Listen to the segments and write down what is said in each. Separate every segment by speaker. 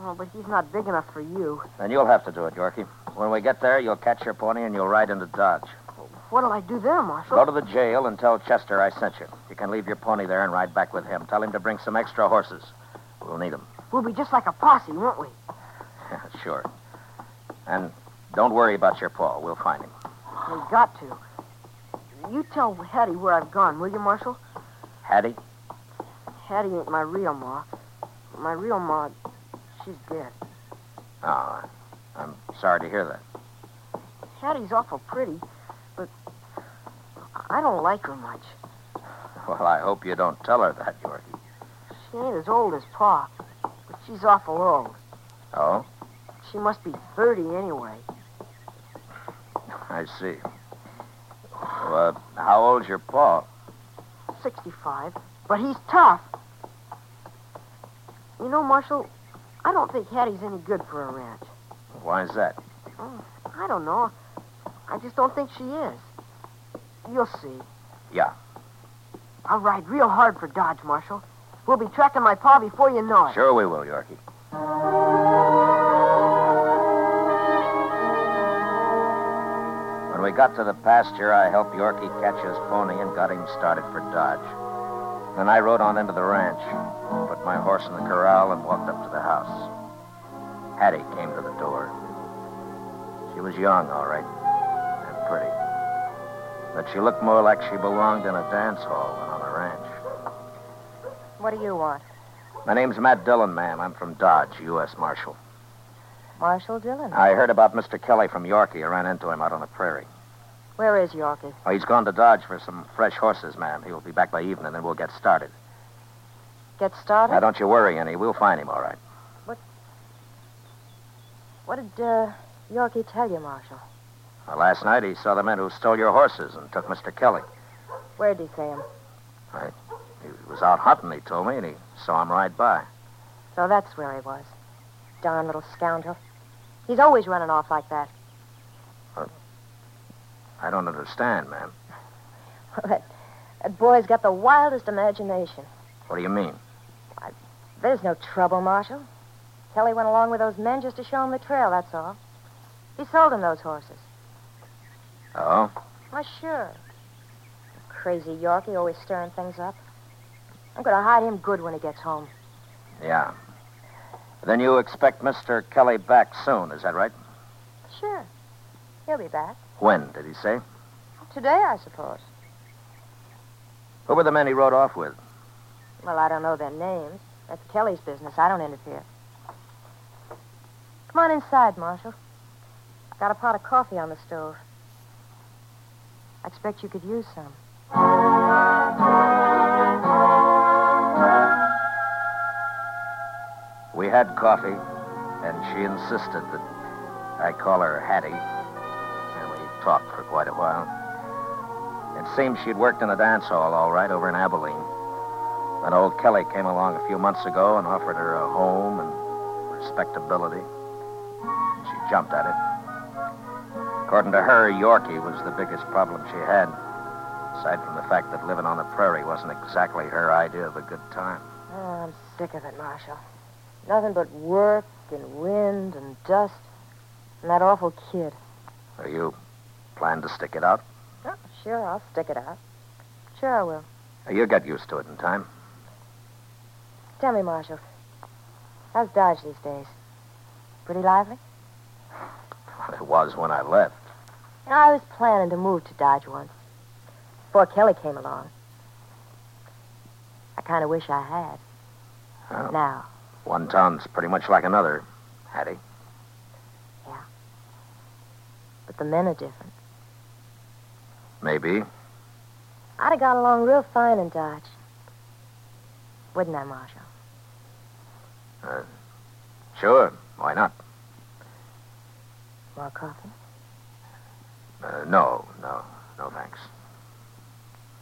Speaker 1: Oh, but he's not big enough for you.
Speaker 2: Then you'll have to do it, Yorkie. When we get there, you'll catch your pony and you'll ride into Dodge.
Speaker 1: What'll I do there, Marshal?
Speaker 2: Go to the jail and tell Chester I sent you. You can leave your pony there and ride back with him. Tell him to bring some extra horses. We'll need 'em.
Speaker 1: We'll be just like a posse, won't we?
Speaker 2: sure. And don't worry about your paw. We'll find him.
Speaker 1: We got to. You tell Hattie where I've gone, will you, Marshal?
Speaker 2: Hattie?
Speaker 1: Hattie ain't my real ma. My real ma, she's dead.
Speaker 2: Oh, I'm sorry to hear that.
Speaker 1: Hattie's awful pretty, but
Speaker 3: I don't like her much.
Speaker 2: Well, I hope you don't tell her that, Yorkie.
Speaker 3: She ain't as old as Pa, but she's awful old.
Speaker 2: Oh,
Speaker 3: She must be 30 anyway.
Speaker 2: I see. Well, uh, how old's your pa?
Speaker 3: 65, but he's tough. You know, Marshal, I don't think Hattie's any good for a ranch.
Speaker 2: Why's that?
Speaker 3: I don't know. I just don't think she is. You'll see.
Speaker 2: Yeah.
Speaker 3: I'll ride real hard for Dodge, Marshal. We'll be tracking my pa before you know it.
Speaker 2: Sure we will, Yorkie. When we got to the pasture, I helped Yorkie catch his pony and got him started for Dodge. Then I rode on into the ranch, put my horse in the corral, and walked up to the house. Hattie came to the door. She was young, all right, and pretty. But she looked more like she belonged in a dance hall than on a ranch.
Speaker 1: What do you want?
Speaker 2: My name's Matt Dillon, ma'am. I'm from Dodge, U.S. Marshal.
Speaker 1: Marshal Dillon.
Speaker 2: I heard about Mr. Kelly from Yorkie. I ran into him out on the prairie.
Speaker 1: Where is Yorkie?
Speaker 2: Oh, he's gone to Dodge for some fresh horses, ma'am. He'll be back by evening, and we'll get started.
Speaker 1: Get started?
Speaker 2: Now, don't you worry any. We'll find him, all right.
Speaker 1: What did uh, Yorkie tell you, Marshal?
Speaker 2: Now, last night, he saw the men who stole your horses and took Mr. Kelly.
Speaker 1: Where did he see him?
Speaker 2: He was out hunting, he told me, and he saw him ride by.
Speaker 1: So that's where he was. Darn little scoundrel. He's always running off like that.
Speaker 2: I don't understand, ma'am.
Speaker 1: that, that boy's got the wildest imagination.
Speaker 2: What do you mean?
Speaker 1: There's no trouble, Marshal. Kelly went along with those men just to show him the trail, that's all. He sold him those horses.
Speaker 2: Oh?
Speaker 1: Why, sure. Crazy Yorkie, always stirring things up. I'm going to hide him good when he gets home.
Speaker 2: Yeah. Then you expect Mr. Kelly back soon, is that right?
Speaker 1: Sure. He'll be back.
Speaker 2: When, did he say?
Speaker 1: Today, I suppose.
Speaker 2: Who were the men he rode off with?
Speaker 1: Well, I don't know their names. That's Kelly's business. I don't interfere. Come on inside, Marshal. I've got a pot of coffee on the stove. I expect you could use some.
Speaker 2: We had coffee, and she insisted that I call her Hattie. And we talked for quite a while. It seemed she'd worked in a dance hall all right over in Abilene. But old Kelly came along a few months ago and offered her a home and respectability. And she jumped at it. According to her, Yorkie was the biggest problem she had, aside from the fact that living on the prairie wasn't exactly her idea of a good time.
Speaker 1: Oh, I'm sick of it, Marshal. Nothing but work and wind and dust and that awful kid.
Speaker 2: Are you plan to stick it out?
Speaker 1: Oh, sure, I'll stick it out. Sure, I will.
Speaker 2: You'll get used to it in time.
Speaker 1: Tell me, Marshal, how's Dodge these days? Pretty lively?
Speaker 2: It was when I left.
Speaker 1: I was planning to move to Dodge once, before Kelly came along. I kind of wish I had.
Speaker 2: Oh.
Speaker 1: Now,
Speaker 2: One town's pretty much like another, Hattie.
Speaker 1: but the men are different.
Speaker 2: Maybe.
Speaker 1: I'd have got along real fine in Dodge. Wouldn't I, Marshal?
Speaker 2: Sure. Why not?
Speaker 1: More coffee?
Speaker 2: Uh, no, no, no thanks.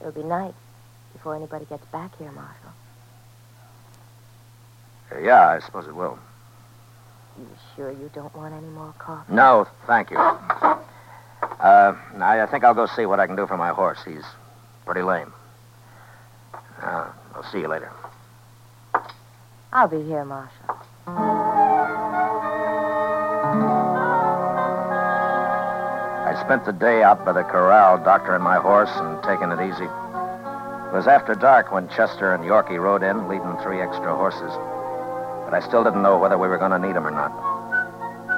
Speaker 1: It'll be night before anybody gets back here, Marshal.
Speaker 2: Uh, yeah, I suppose it will.
Speaker 1: You sure you don't want any more coffee?
Speaker 2: No, thank you. Uh, I, I think I'll go see what I can do for my horse. He's pretty lame. Uh, I'll see you later.
Speaker 1: I'll be here, Marshal.
Speaker 2: I spent the day out by the corral doctoring my horse and taking it easy. It was after dark when Chester and Yorkie rode in, leading three extra horses. But I still didn't know whether we were going to need 'em or not.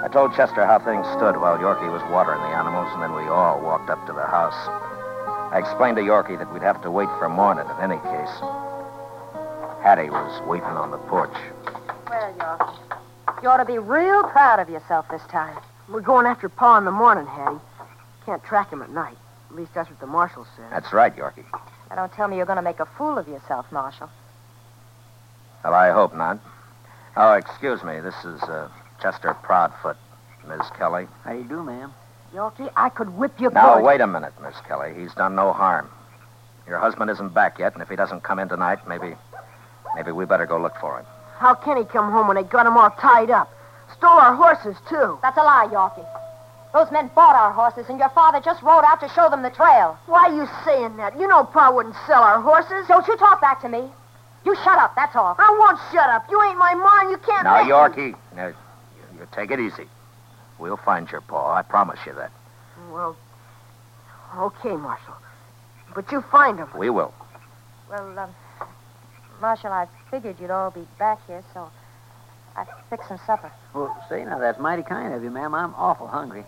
Speaker 2: I told Chester how things stood while Yorkie was watering the animals, and then we all walked up to the house. I explained to Yorkie that we'd have to wait for morning in any case. Hattie was waiting on the porch.
Speaker 1: Well, Yorkie, you ought to be real proud of yourself this time.
Speaker 3: We're going after Pa in the morning, Hattie. Can't track him at night.
Speaker 1: At least that's what the marshal said.
Speaker 2: That's right, Yorkie.
Speaker 4: Now, don't tell me you're going to make a fool of yourself, Marshal.
Speaker 2: Well, I hope not. Oh, excuse me. This is uh, Chester Proudfoot, Miss Kelly.
Speaker 5: How you do, ma'am?
Speaker 1: Yorkie, I could whip your
Speaker 2: Now,
Speaker 1: goat.
Speaker 2: wait a minute, Miss Kelly. He's done no harm. Your husband isn't back yet, and if he doesn't come in tonight, maybe. Maybe we better go look for him.
Speaker 1: How can he come home when they got him all tied up? Stole our horses, too.
Speaker 4: That's a lie, Yorkie. Those men bought our horses, and your father just rode out to show them the trail.
Speaker 1: Why are you saying that? You know Pa wouldn't sell our horses.
Speaker 4: Don't you talk back to me. You shut up, that's all.
Speaker 1: I won't shut up. You ain't my ma, and you can't
Speaker 2: Now,
Speaker 1: make me.
Speaker 2: Yorkie, now, you, you take it easy. We'll find your paw. I promise you that.
Speaker 1: Well, okay, Marshal. But you find him.
Speaker 2: We will.
Speaker 4: Well, um, Marshal, I figured you'd all be back here, so I fixed some supper.
Speaker 5: Well, say now, that's mighty kind of you, ma'am. I'm awful hungry.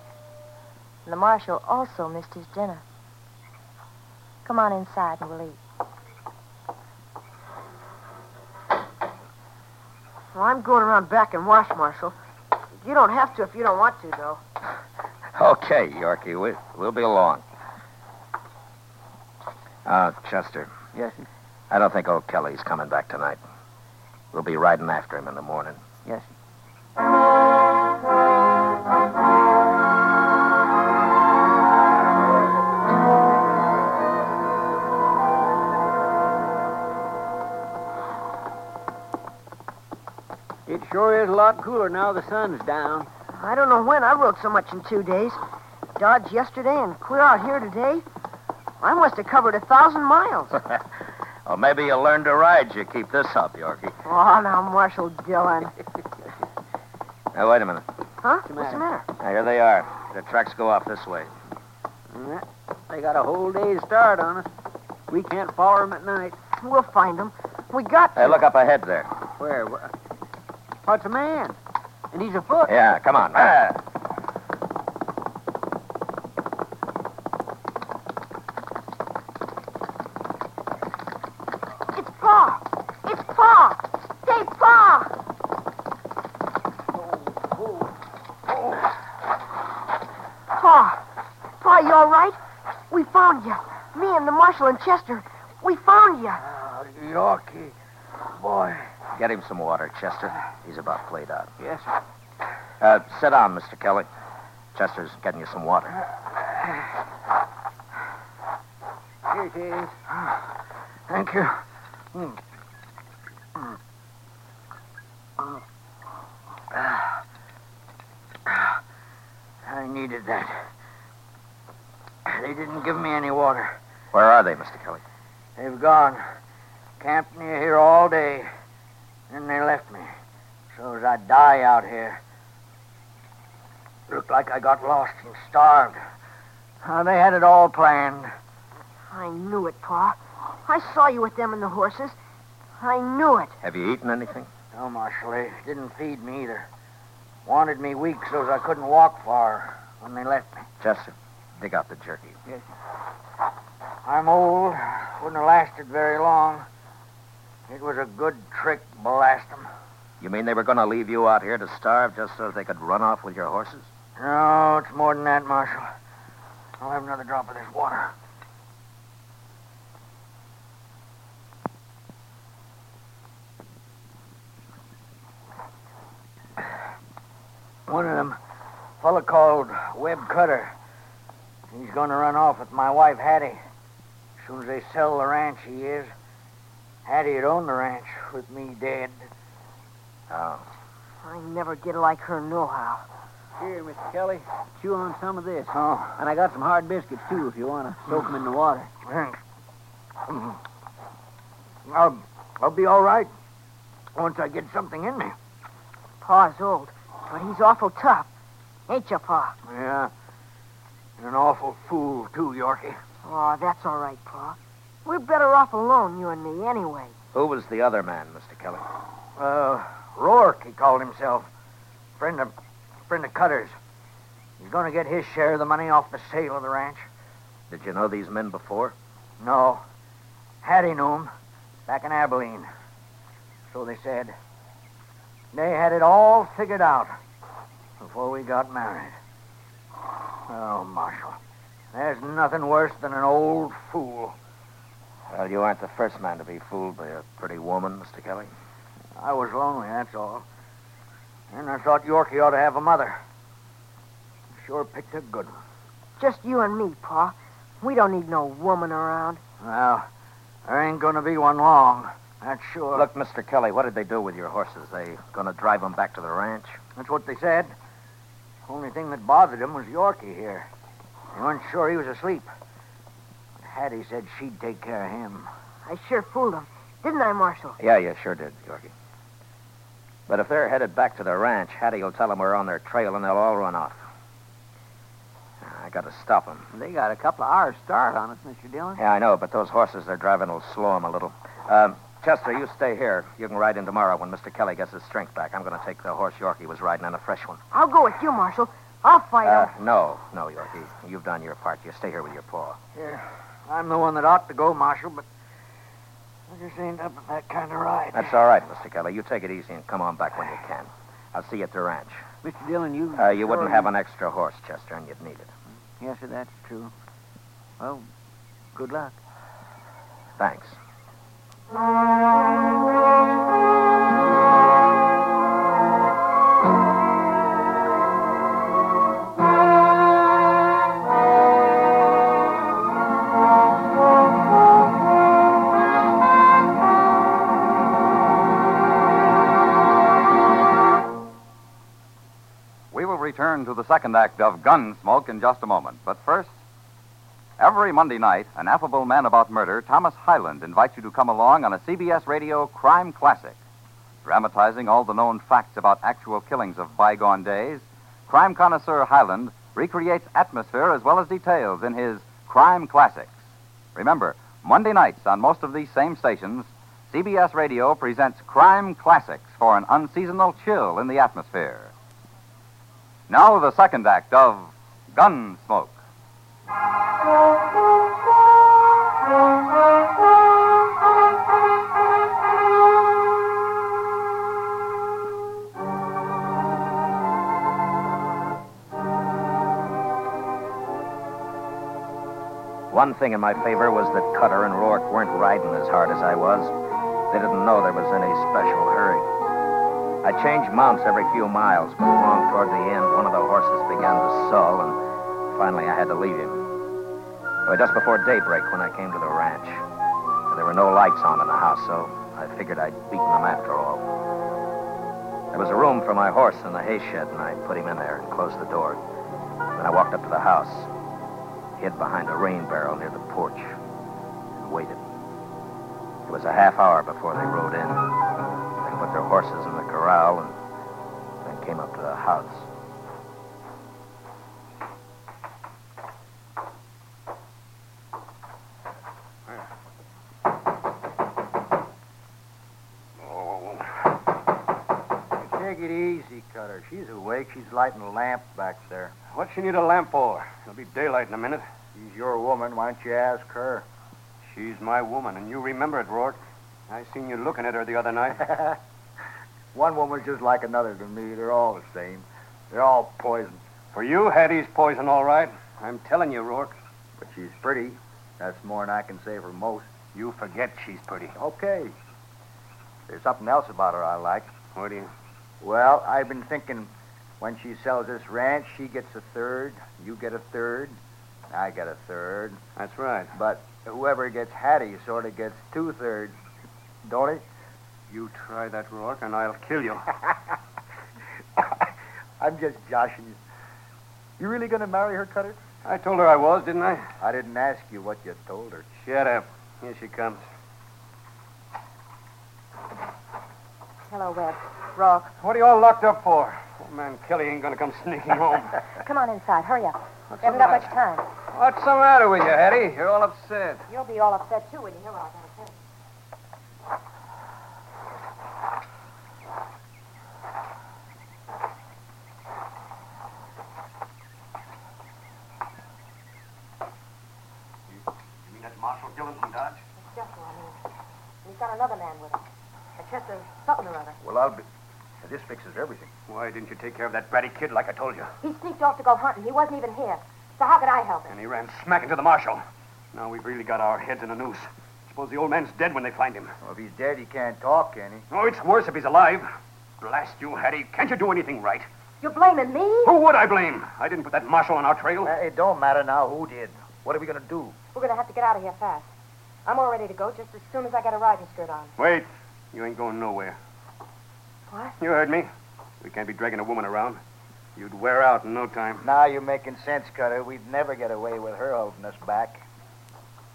Speaker 4: And the marshal also missed his dinner. Come on inside and we'll eat.
Speaker 1: Well, I'm going around back and wash, Marshal. You don't have to if you don't want to, though.
Speaker 2: Okay, Yorkie, we, we'll be along. Uh, Chester,
Speaker 5: Yes, sir.
Speaker 2: I don't think old Kelly's coming back tonight. We'll be riding after him in the morning.
Speaker 5: Yes, sir. It sure is a lot cooler now the sun's down.
Speaker 1: I don't know when I rode so much in two days. Dodge yesterday and clear out here today. I must have covered a thousand miles.
Speaker 2: Well, Oh, maybe you'll learn to ride. You keep this up, Yorkie.
Speaker 1: oh, now, Marshal Dillon.
Speaker 2: Now, wait a minute.
Speaker 1: Huh?
Speaker 5: the
Speaker 1: What's the
Speaker 5: matter?
Speaker 1: matter?
Speaker 2: Now, here they are. The tracks go off this way.
Speaker 5: Yeah, They got a whole day's start on us. We can't follow 'em at night.
Speaker 1: We'll find him. We got
Speaker 2: Hey,
Speaker 1: to.
Speaker 2: look up ahead there.
Speaker 5: Where? wh- What's a man? And he's afoot.
Speaker 2: Yeah, come on. Ah.
Speaker 1: It's Pa. It's Pa. Stay Pa. Pa. Pa, you all right? We found you. Me and the marshal and Chester. We found you.
Speaker 5: Yorkie. Boy.
Speaker 2: Get him some water, Chester. He's about played out.
Speaker 5: Yes, sir.
Speaker 2: Uh, sit down, Mr. Kelly. Chester's getting you some water.
Speaker 5: Here it is. Thank you. Mm. Mm. Mm. Ah. Ah. I needed that. They didn't give me any water.
Speaker 2: Where are they, Mr. Kelly?
Speaker 5: They've gone. Camped near here all day. Then they left me. So as I'd die out here. Looked like I got lost and starved. Uh, they had it all planned.
Speaker 1: I knew it, Pa. I saw you with them and the horses. I knew it.
Speaker 2: Have you eaten anything?
Speaker 5: No, Marshal, they didn't feed me either. Wanted me weak so as I couldn't walk far when they left me.
Speaker 2: Chester, dig out the jerky.
Speaker 5: I'm old. Wouldn't have lasted very long. It was a good trick, blast 'em.
Speaker 2: You mean they were going to leave you out here to starve just so they could run off with your horses?
Speaker 5: No, it's more than that, Marshal. I'll have another drop of this water. One of them, fella called Webb Cutter. He's going to run off with my wife, Hattie. As soon as they sell the ranch, he is. Hattie had owned the ranch with me dead.
Speaker 2: Oh.
Speaker 1: I never did like her nohow.
Speaker 5: Here, Mr. Kelly, chew on some of this. Oh. And I got some hard biscuits, too, if you want to soak them in the water. Thanks. Mm-hmm. I'll, I'll be all right once I get something in me.
Speaker 1: Pa's old, but he's awful tough. Ain't you, Pa?
Speaker 5: Yeah. And an awful fool, too, Yorkie.
Speaker 1: Oh, that's all right, Pa. We're better off alone, you and me, anyway.
Speaker 2: Who was the other man, Mr. Kelly?
Speaker 5: Uh, Rourke, he called himself. Friend of, friend of Cutter's. He's going to get his share of the money off the sale of the ranch.
Speaker 2: Did you know these men before?
Speaker 5: No. Hattie knew 'em back in Abilene. So they said. They had it all figured out before we got married. Oh, Marshal, There's nothing worse than an old fool.
Speaker 2: Well, you aren't the first man to be fooled by a pretty woman, Mr. Kelly.
Speaker 5: I was lonely, that's all. And I thought Yorkie ought to have a mother. Sure picked a good one.
Speaker 1: Just you and me, Pa. We don't need no woman around.
Speaker 5: Well, there ain't going to be one long, that's sure.
Speaker 2: Look, Mr. Kelly, what did they do with your horses? They gonna drive them back to the ranch?
Speaker 5: that's what they said. Only thing that bothered him was Yorkie here. They weren't sure he was asleep. Hattie said she'd take care of him.
Speaker 1: I sure fooled them, didn't I, Marshal?
Speaker 2: Yeah, you sure did, Yorkie. But if they're headed back to the ranch, Hattie will tell them we're on their trail and they'll all run off. I gotta stop them.
Speaker 5: They got a couple of hours start on us, Mr. Dillon.
Speaker 2: Yeah, I know, but those horses they're driving will slow them a little. Um, Chester, you stay here. You can ride in tomorrow when Mr. Kelly gets his strength back. I'm gonna take the horse Yorkie was riding and a fresh one.
Speaker 1: I'll go with you, Marshal. I'll fight
Speaker 2: Uh,
Speaker 1: 'em.
Speaker 2: no, no, Yorkie. You've done your part. You stay here with your paw.
Speaker 5: I'm the one that ought to go, Marshal, but I just ain't up for that kind of ride.
Speaker 2: That's all right, Mr. Kelly. You take it easy and come on back when you can. I'll see you at the ranch.
Speaker 5: Mr. Dillon, you.
Speaker 2: Uh, you wouldn't have an extra horse, Chester, and you'd need it.
Speaker 5: Yes, sir, that's true. Well, good luck.
Speaker 2: Thanks.
Speaker 6: We will return to the second act of Gunsmoke in just a moment. But first, every Monday night, an affable man about murder, Thomas Highland, invites you to come along on a CBS radio crime classic. Dramatizing all the known facts about actual killings of bygone days, crime connoisseur Highland recreates atmosphere as well as details in his Crime Classics. Remember, Monday nights on most of these same stations, CBS Radio presents Crime Classics for an unseasonal chill in the atmosphere. Now the second act of Gunsmoke.
Speaker 2: One thing in my favor was that Cutter and Rourke weren't riding as hard as I was. They didn't know there was any special hurry. I changed mounts every few miles, but along toward the end, one of the horses began to sull, and finally I had to leave him. It was just before daybreak when I came to the ranch. There were no lights on in the house, so I figured I'd beaten him after all. There was a room for my horse in the hay shed, and I put him in there and closed the door. Then I walked up to the house hid behind a rain barrel near the porch and waited. It was a half hour before they rode in. They put their horses in the corral and then came up to the house.
Speaker 5: Take it easy, Cutter. She's awake. She's lighting a lamp back there.
Speaker 7: What's she need a lamp for? It'll be daylight in a minute.
Speaker 5: She's your woman. Why don't you ask her?
Speaker 7: She's my woman, and you remember it, Rourke. I seen you looking at her the other night.
Speaker 5: One woman's just like another to me. They're all the same. They're all poison.
Speaker 7: for you, Hattie's poison, all right. I'm telling you, Rourke.
Speaker 5: But she's pretty. That's more than I can say for most.
Speaker 7: You forget she's pretty.
Speaker 5: Okay. There's something else about her I like.
Speaker 7: What do you?
Speaker 5: Well, I've been thinking when she sells this ranch, she gets a third, you get a third, I get a third.
Speaker 7: That's right.
Speaker 5: But whoever gets Hattie sort of gets two thirds, don't he?
Speaker 7: You try that, Rourke, and I'll kill you.
Speaker 5: I'm just joshing you. You really going to marry her, Cutter?
Speaker 7: I told her I was, didn't I?
Speaker 5: I didn't ask you what you told her.
Speaker 7: Shut up. Here she comes.
Speaker 4: Ah. Hello, Webb. Rourke.
Speaker 7: What are you all locked up for? Old man Kelly ain't gonna come sneaking home.
Speaker 4: Come on inside. Hurry up.
Speaker 7: What's
Speaker 4: We haven't
Speaker 7: the
Speaker 4: got much time.
Speaker 7: What's the matter with you, Hattie? You're all upset.
Speaker 4: You'll be all upset, too, when you hear what I gotta say.
Speaker 7: You mean that's Marshal Dillon from Dodge?
Speaker 4: It's just what I mean. And He's got another man with him. A Chester something or other.
Speaker 5: Well, I'll be. This fixes everything.
Speaker 7: Why didn't you take care of that bratty kid like I told you?
Speaker 4: He sneaked off to go hunting. He wasn't even here.
Speaker 1: So how could I help him?
Speaker 6: And he ran smack into the marshal. Now we've really got our heads in a noose. Suppose the old man's dead when they find him.
Speaker 5: Well, if he's dead, he can't talk, can he?
Speaker 6: Oh, it's worse if he's alive. Blast you, Hattie. Can't you do anything right?
Speaker 1: You're blaming me?
Speaker 6: Who would I blame? I didn't put that marshal on our trail.
Speaker 5: Uh, It don't matter now who did. What are we going to do?
Speaker 1: We're going to have to get out of here fast. I'm all ready to go just as soon as I get a riding skirt on.
Speaker 6: Wait. You ain't going nowhere.
Speaker 1: What?
Speaker 6: You heard me. We can't be dragging a woman around. You'd wear out in no time.
Speaker 5: Now you're making sense, Cutter. We'd never get away with her holding us back.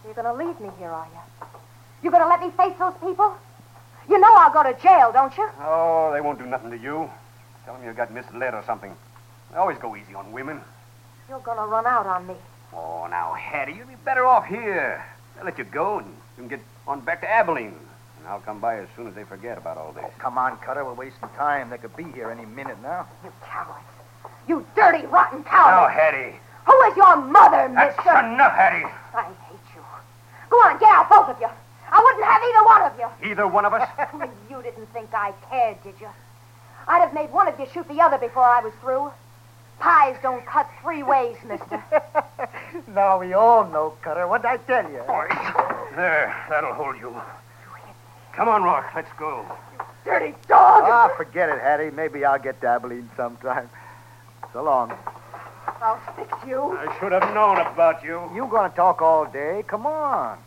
Speaker 1: You're going to leave me here, are you? You're going to let me face those people? You know I'll go to jail, don't you?
Speaker 6: Oh, they won't do nothing to you. Tell them you got misled or something. They always go easy on women.
Speaker 1: You're going to run out on me.
Speaker 6: Oh, now, Hattie, you'd be better off here. They'll let you go and you can get on back to Abilene. And I'll come by as soon as they forget about all this.
Speaker 5: Oh, Come on, Cutter. We're wasting time. They could be here any minute now.
Speaker 1: You cowards. You dirty, rotten
Speaker 6: Now,
Speaker 1: cowards.
Speaker 6: Hattie.
Speaker 1: Who is your mother,
Speaker 6: That's
Speaker 1: mister?
Speaker 6: enough, Hattie.
Speaker 1: I hate you. Go on, get out, both of you. I wouldn't have either one of you.
Speaker 6: Either one of us.
Speaker 1: Only you didn't think I cared, did you? I'd have made one of you shoot the other before I was through. Pies don't cut three ways, mister.
Speaker 5: now we all know, Cutter. What'd I tell you?
Speaker 6: there, that'll hold you. Come on, Rock, let's go.
Speaker 1: Dirty dog!
Speaker 5: Ah, forget it, Hattie. Maybe I'll get to Abilene sometime. So long.
Speaker 1: I'll fix you.
Speaker 6: I should have known about you.
Speaker 5: You gonna talk all day? Come on.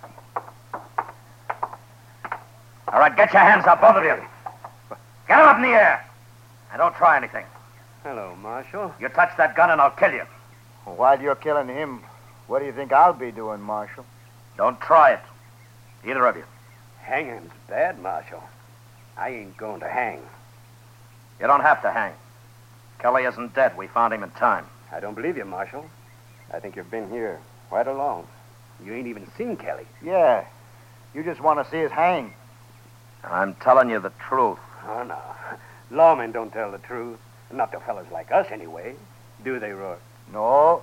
Speaker 2: All right, get your hands up, both of you. Get 'em up in the air. And don't try anything.
Speaker 6: Hello, Marshal.
Speaker 2: You touch that gun and I'll kill you.
Speaker 5: While you're killing him, what do you think I'll be doing, Marshal?
Speaker 2: Don't try it. Either of you.
Speaker 6: Hanging's bad, Marshal. I ain't going to hang.
Speaker 2: You don't have to hang. Kelly isn't dead. We found him in time.
Speaker 6: I don't believe you, Marshal. I think you've been here quite along. You ain't even seen Kelly.
Speaker 5: Yeah. You just want to see us hang.
Speaker 2: I'm telling you the truth.
Speaker 6: Oh, no. Lawmen don't tell the truth. Not to fellas like us, anyway. Do they, Rourke?
Speaker 5: No,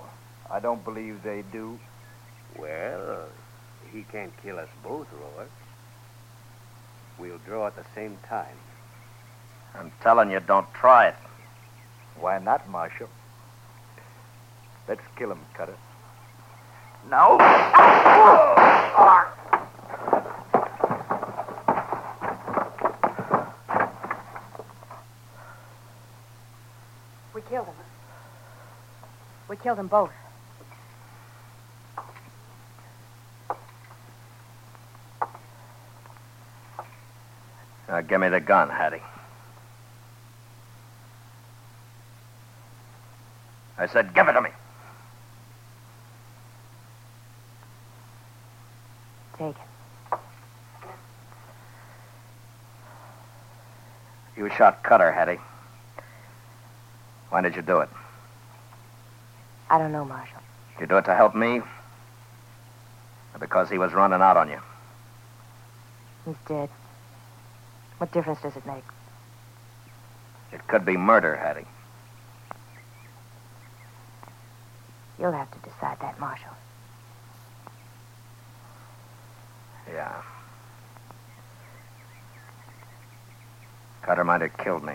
Speaker 5: I don't believe they do.
Speaker 6: Well, he can't kill us both, Rourke. We'll draw at the same time.
Speaker 2: I'm telling you, don't try it.
Speaker 5: Why not, Marshal? Let's kill him, Cutter. No.
Speaker 1: We killed him. We killed them both.
Speaker 2: Now, give me the gun, Hattie. I said, give it to me.
Speaker 8: Take it.
Speaker 2: You shot Cutter, Hattie. Why did you do it?
Speaker 8: I don't know, Marshal.
Speaker 2: Did you do it to help me? Or because he was running out on you?
Speaker 8: He's dead. What difference does it make?
Speaker 2: It could be murder, Hattie.
Speaker 8: You'll have to decide that, Marshal.
Speaker 2: Yeah. Cutter might have killed me.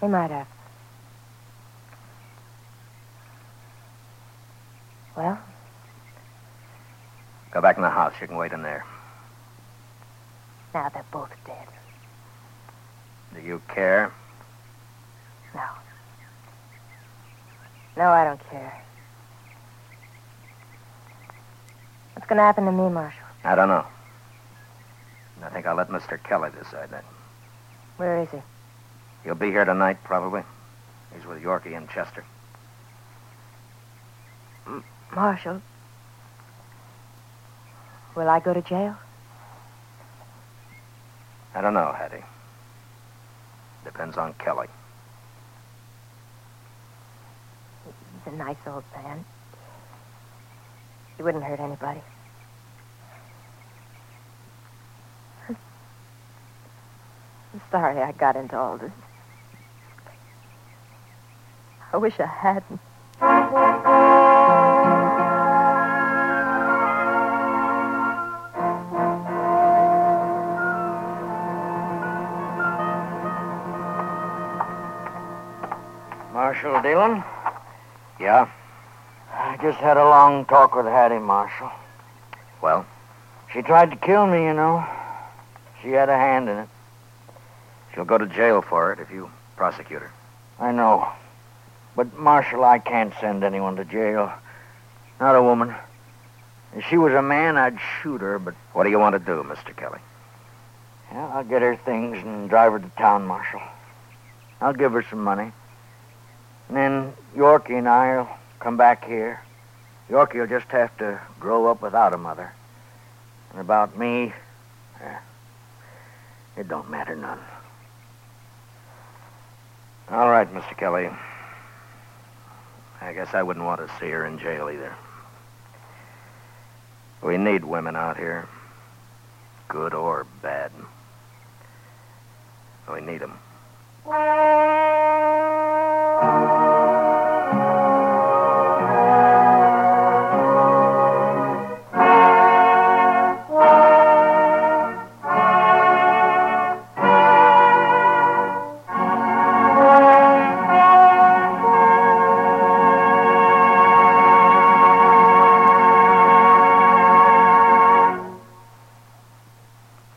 Speaker 8: He might have. Well,
Speaker 2: Go back in the house. You can wait in there.
Speaker 8: now they're both dead.
Speaker 2: Do you care?
Speaker 8: No. No, I don't care. What's going to happen to me, Marshal?
Speaker 2: I don't know. I think I'll let Mr. Kelly decide that.
Speaker 8: Where is he?
Speaker 2: He'll be here tonight, probably. He's with Yorkie and Chester.
Speaker 8: Marshal. Will I go to jail?
Speaker 2: I don't know, Hattie. Depends on Kelly.
Speaker 8: He's a nice old man. He wouldn't hurt anybody. I'm sorry I got into all this. I wish I hadn't.
Speaker 5: Marshal Dillon, Yeah? I just had a long talk with Hattie, Marshal.
Speaker 2: Well?
Speaker 5: She tried to kill me, you know. She had a hand in it.
Speaker 2: She'll go to jail for it if you prosecute her.
Speaker 5: I know. But, Marshal, I can't send anyone to jail. Not a woman. If she was a man, I'd shoot her, but
Speaker 2: What do you want to do, Mr. Kelly?
Speaker 5: yeah, I'll get her things and drive her to town, Marshal. I'll give her some money. And then Yorkie and I'll come back here. Yorkie will just have to grow up without a mother. And about me, eh, it don't matter none.
Speaker 2: All right, Mr. Kelly. I guess I wouldn't want to see her in jail either. We need women out here, good or bad. We need 'em.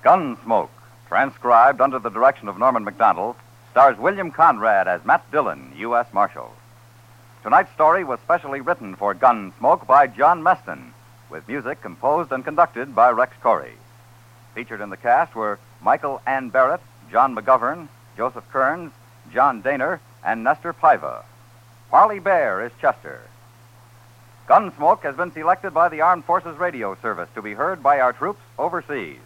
Speaker 6: Gunsmoke, transcribed under the direction of Norman McDonald, stars William Conrad as Matt Dillon, U.S. Marshal. Tonight's story was specially written for Gunsmoke by John Meston, with music composed and conducted by Rex Corey. Featured in the cast were Michael Ann Barrett, John McGovern, Joseph Kearns, John Daner, and Nestor Piva. Harley Bear is Chester. Gunsmoke has been selected by the Armed Forces Radio Service to be heard by our troops overseas.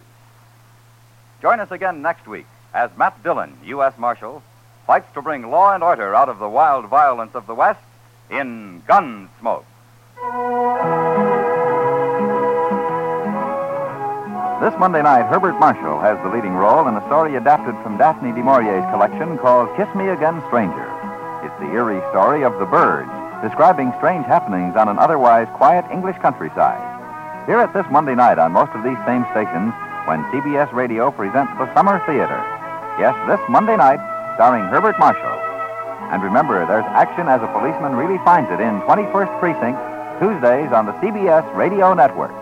Speaker 6: Join us again next week as Matt Dillon, U.S. Marshal, fights to bring law and order out of the wild violence of the West in Gunsmoke. This Monday night, Herbert Marshall has the leading role in a story adapted from Daphne du Maurier's collection called Kiss Me Again, Stranger. It's the eerie story of the birds, describing strange happenings on an otherwise quiet English countryside. Hear it this Monday night on most of these same stations when CBS Radio presents the Summer Theater. Yes, this Monday night, starring Herbert Marshall. And remember, there's action as a policeman really finds it in 21st Precinct, Tuesdays on the CBS Radio Network.